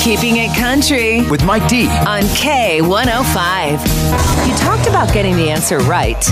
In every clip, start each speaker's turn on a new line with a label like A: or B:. A: Keeping It Country
B: with Mike D.
A: on K105. You talked about getting the answer right.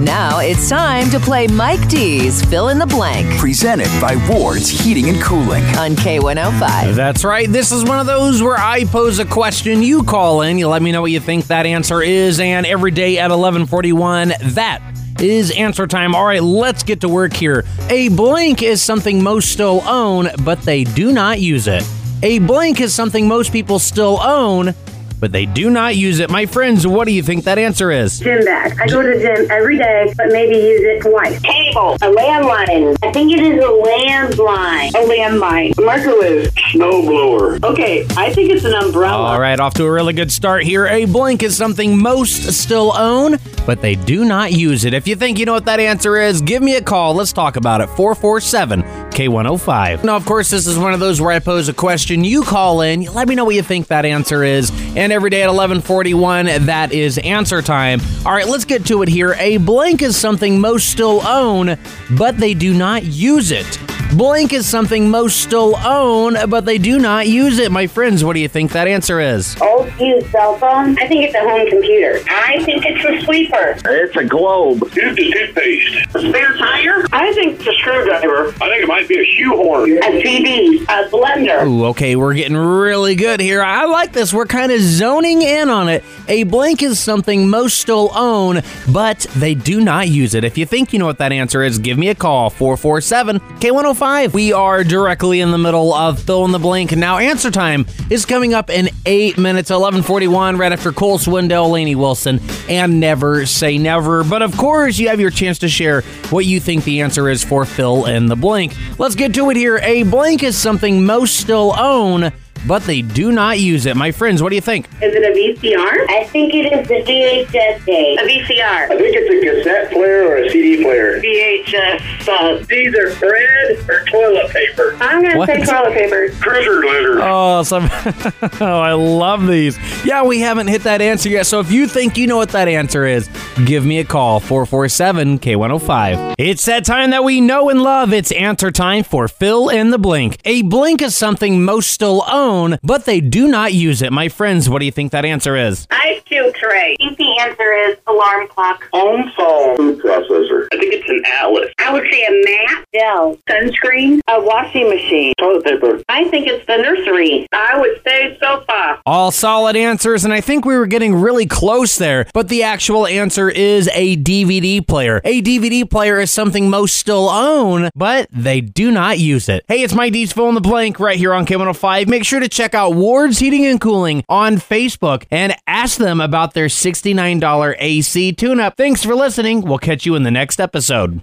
A: Now it's time to play Mike D's Fill in the Blank
B: Presented by Ward's Heating and Cooling.
A: on K105.
C: That's right. This is one of those where I pose a question, you call in, you let me know what you think that answer is, and every day at 11:41, that is answer time. All right, let's get to work here. A blank is something most still own, but they do not use it. A blank is something most people still own, but they do not use it. My friends, what do you think that answer is?
D: Gym bag. I go to the gym every day, but maybe use it twice.
E: Table. A landline.
D: I think it is a landline.
E: A landmine. A microwave.
F: Snow blower.
E: Okay, I think it's an umbrella.
C: All right, off to a really good start here. A blank is something most still own, but they do not use it. If you think you know what that answer is, give me a call. Let's talk about it. 447 K105. Now, of course, this is one of those where I pose a question. You call in, you let me know what you think that answer is. And every day at 1141, that is answer time. All right, let's get to it here. A blank is something most still own, but they do not use it. Blank is something most still own, but they do not use it. My friends, what do you think that answer is?
D: Old used cell phone. I think it's a home computer.
E: I think it's a sweeper.
F: It's a globe. Here's the toothpaste.
E: A spare tire? I think it's a screwdriver.
F: I think it might be a shoehorn.
E: A CD. A blender.
C: Ooh, okay, we're getting really good here. I like this. We're kind of zoning in on it. A blank is something most still own, but they do not use it. If you think you know what that answer is, give me a call 447 K105. We are directly in the middle of fill in the blank. Now, answer time is coming up in eight minutes, 1141, right after Cole Swindell, Laney Wilson, and Never Say Never. But of course, you have your chance to share what you think the answer is for fill in the blank. Let's get to it here. A blank is something most still own, but they do not use it. My friends, what do you think?
E: Is it a VCR?
D: I think it is the VHS
E: A
D: tape.
E: VCR.
F: I think it's a cassette player or a CD player.
E: VHS. Uh,
F: These are bread or toilet paper.
E: I'm going to
C: What?
E: say toilet paper.
F: Critter litter.
C: Oh, some oh, I love these. Yeah, we haven't hit that answer yet. So if you think you know what that answer is, give me a call 447 K105. It's that time that we know and love. It's answer time for fill in the blank. A blank is something most still own, but they do not use it. My friends, what do you think that answer is?
E: Ice cube tray.
D: I think the answer is alarm clock.
F: Home phone. Food processor. I think it's an atlas.
E: I would say a mat.
D: Dell.
E: Sunscreen. A washing machine.
F: Toilet paper.
E: I think it's the nursery. I would say sofa.
C: All solid answers, and I think we were getting really close there. But the actual answer is a DVD player. A DVD player is something most still own, but they do not use it. Hey, it's my D's fill in the blank right here on K105. Make sure to check out Ward's Heating and Cooling on Facebook and ask them about their $69 AC tune up. Thanks for listening. We'll catch you in the next episode.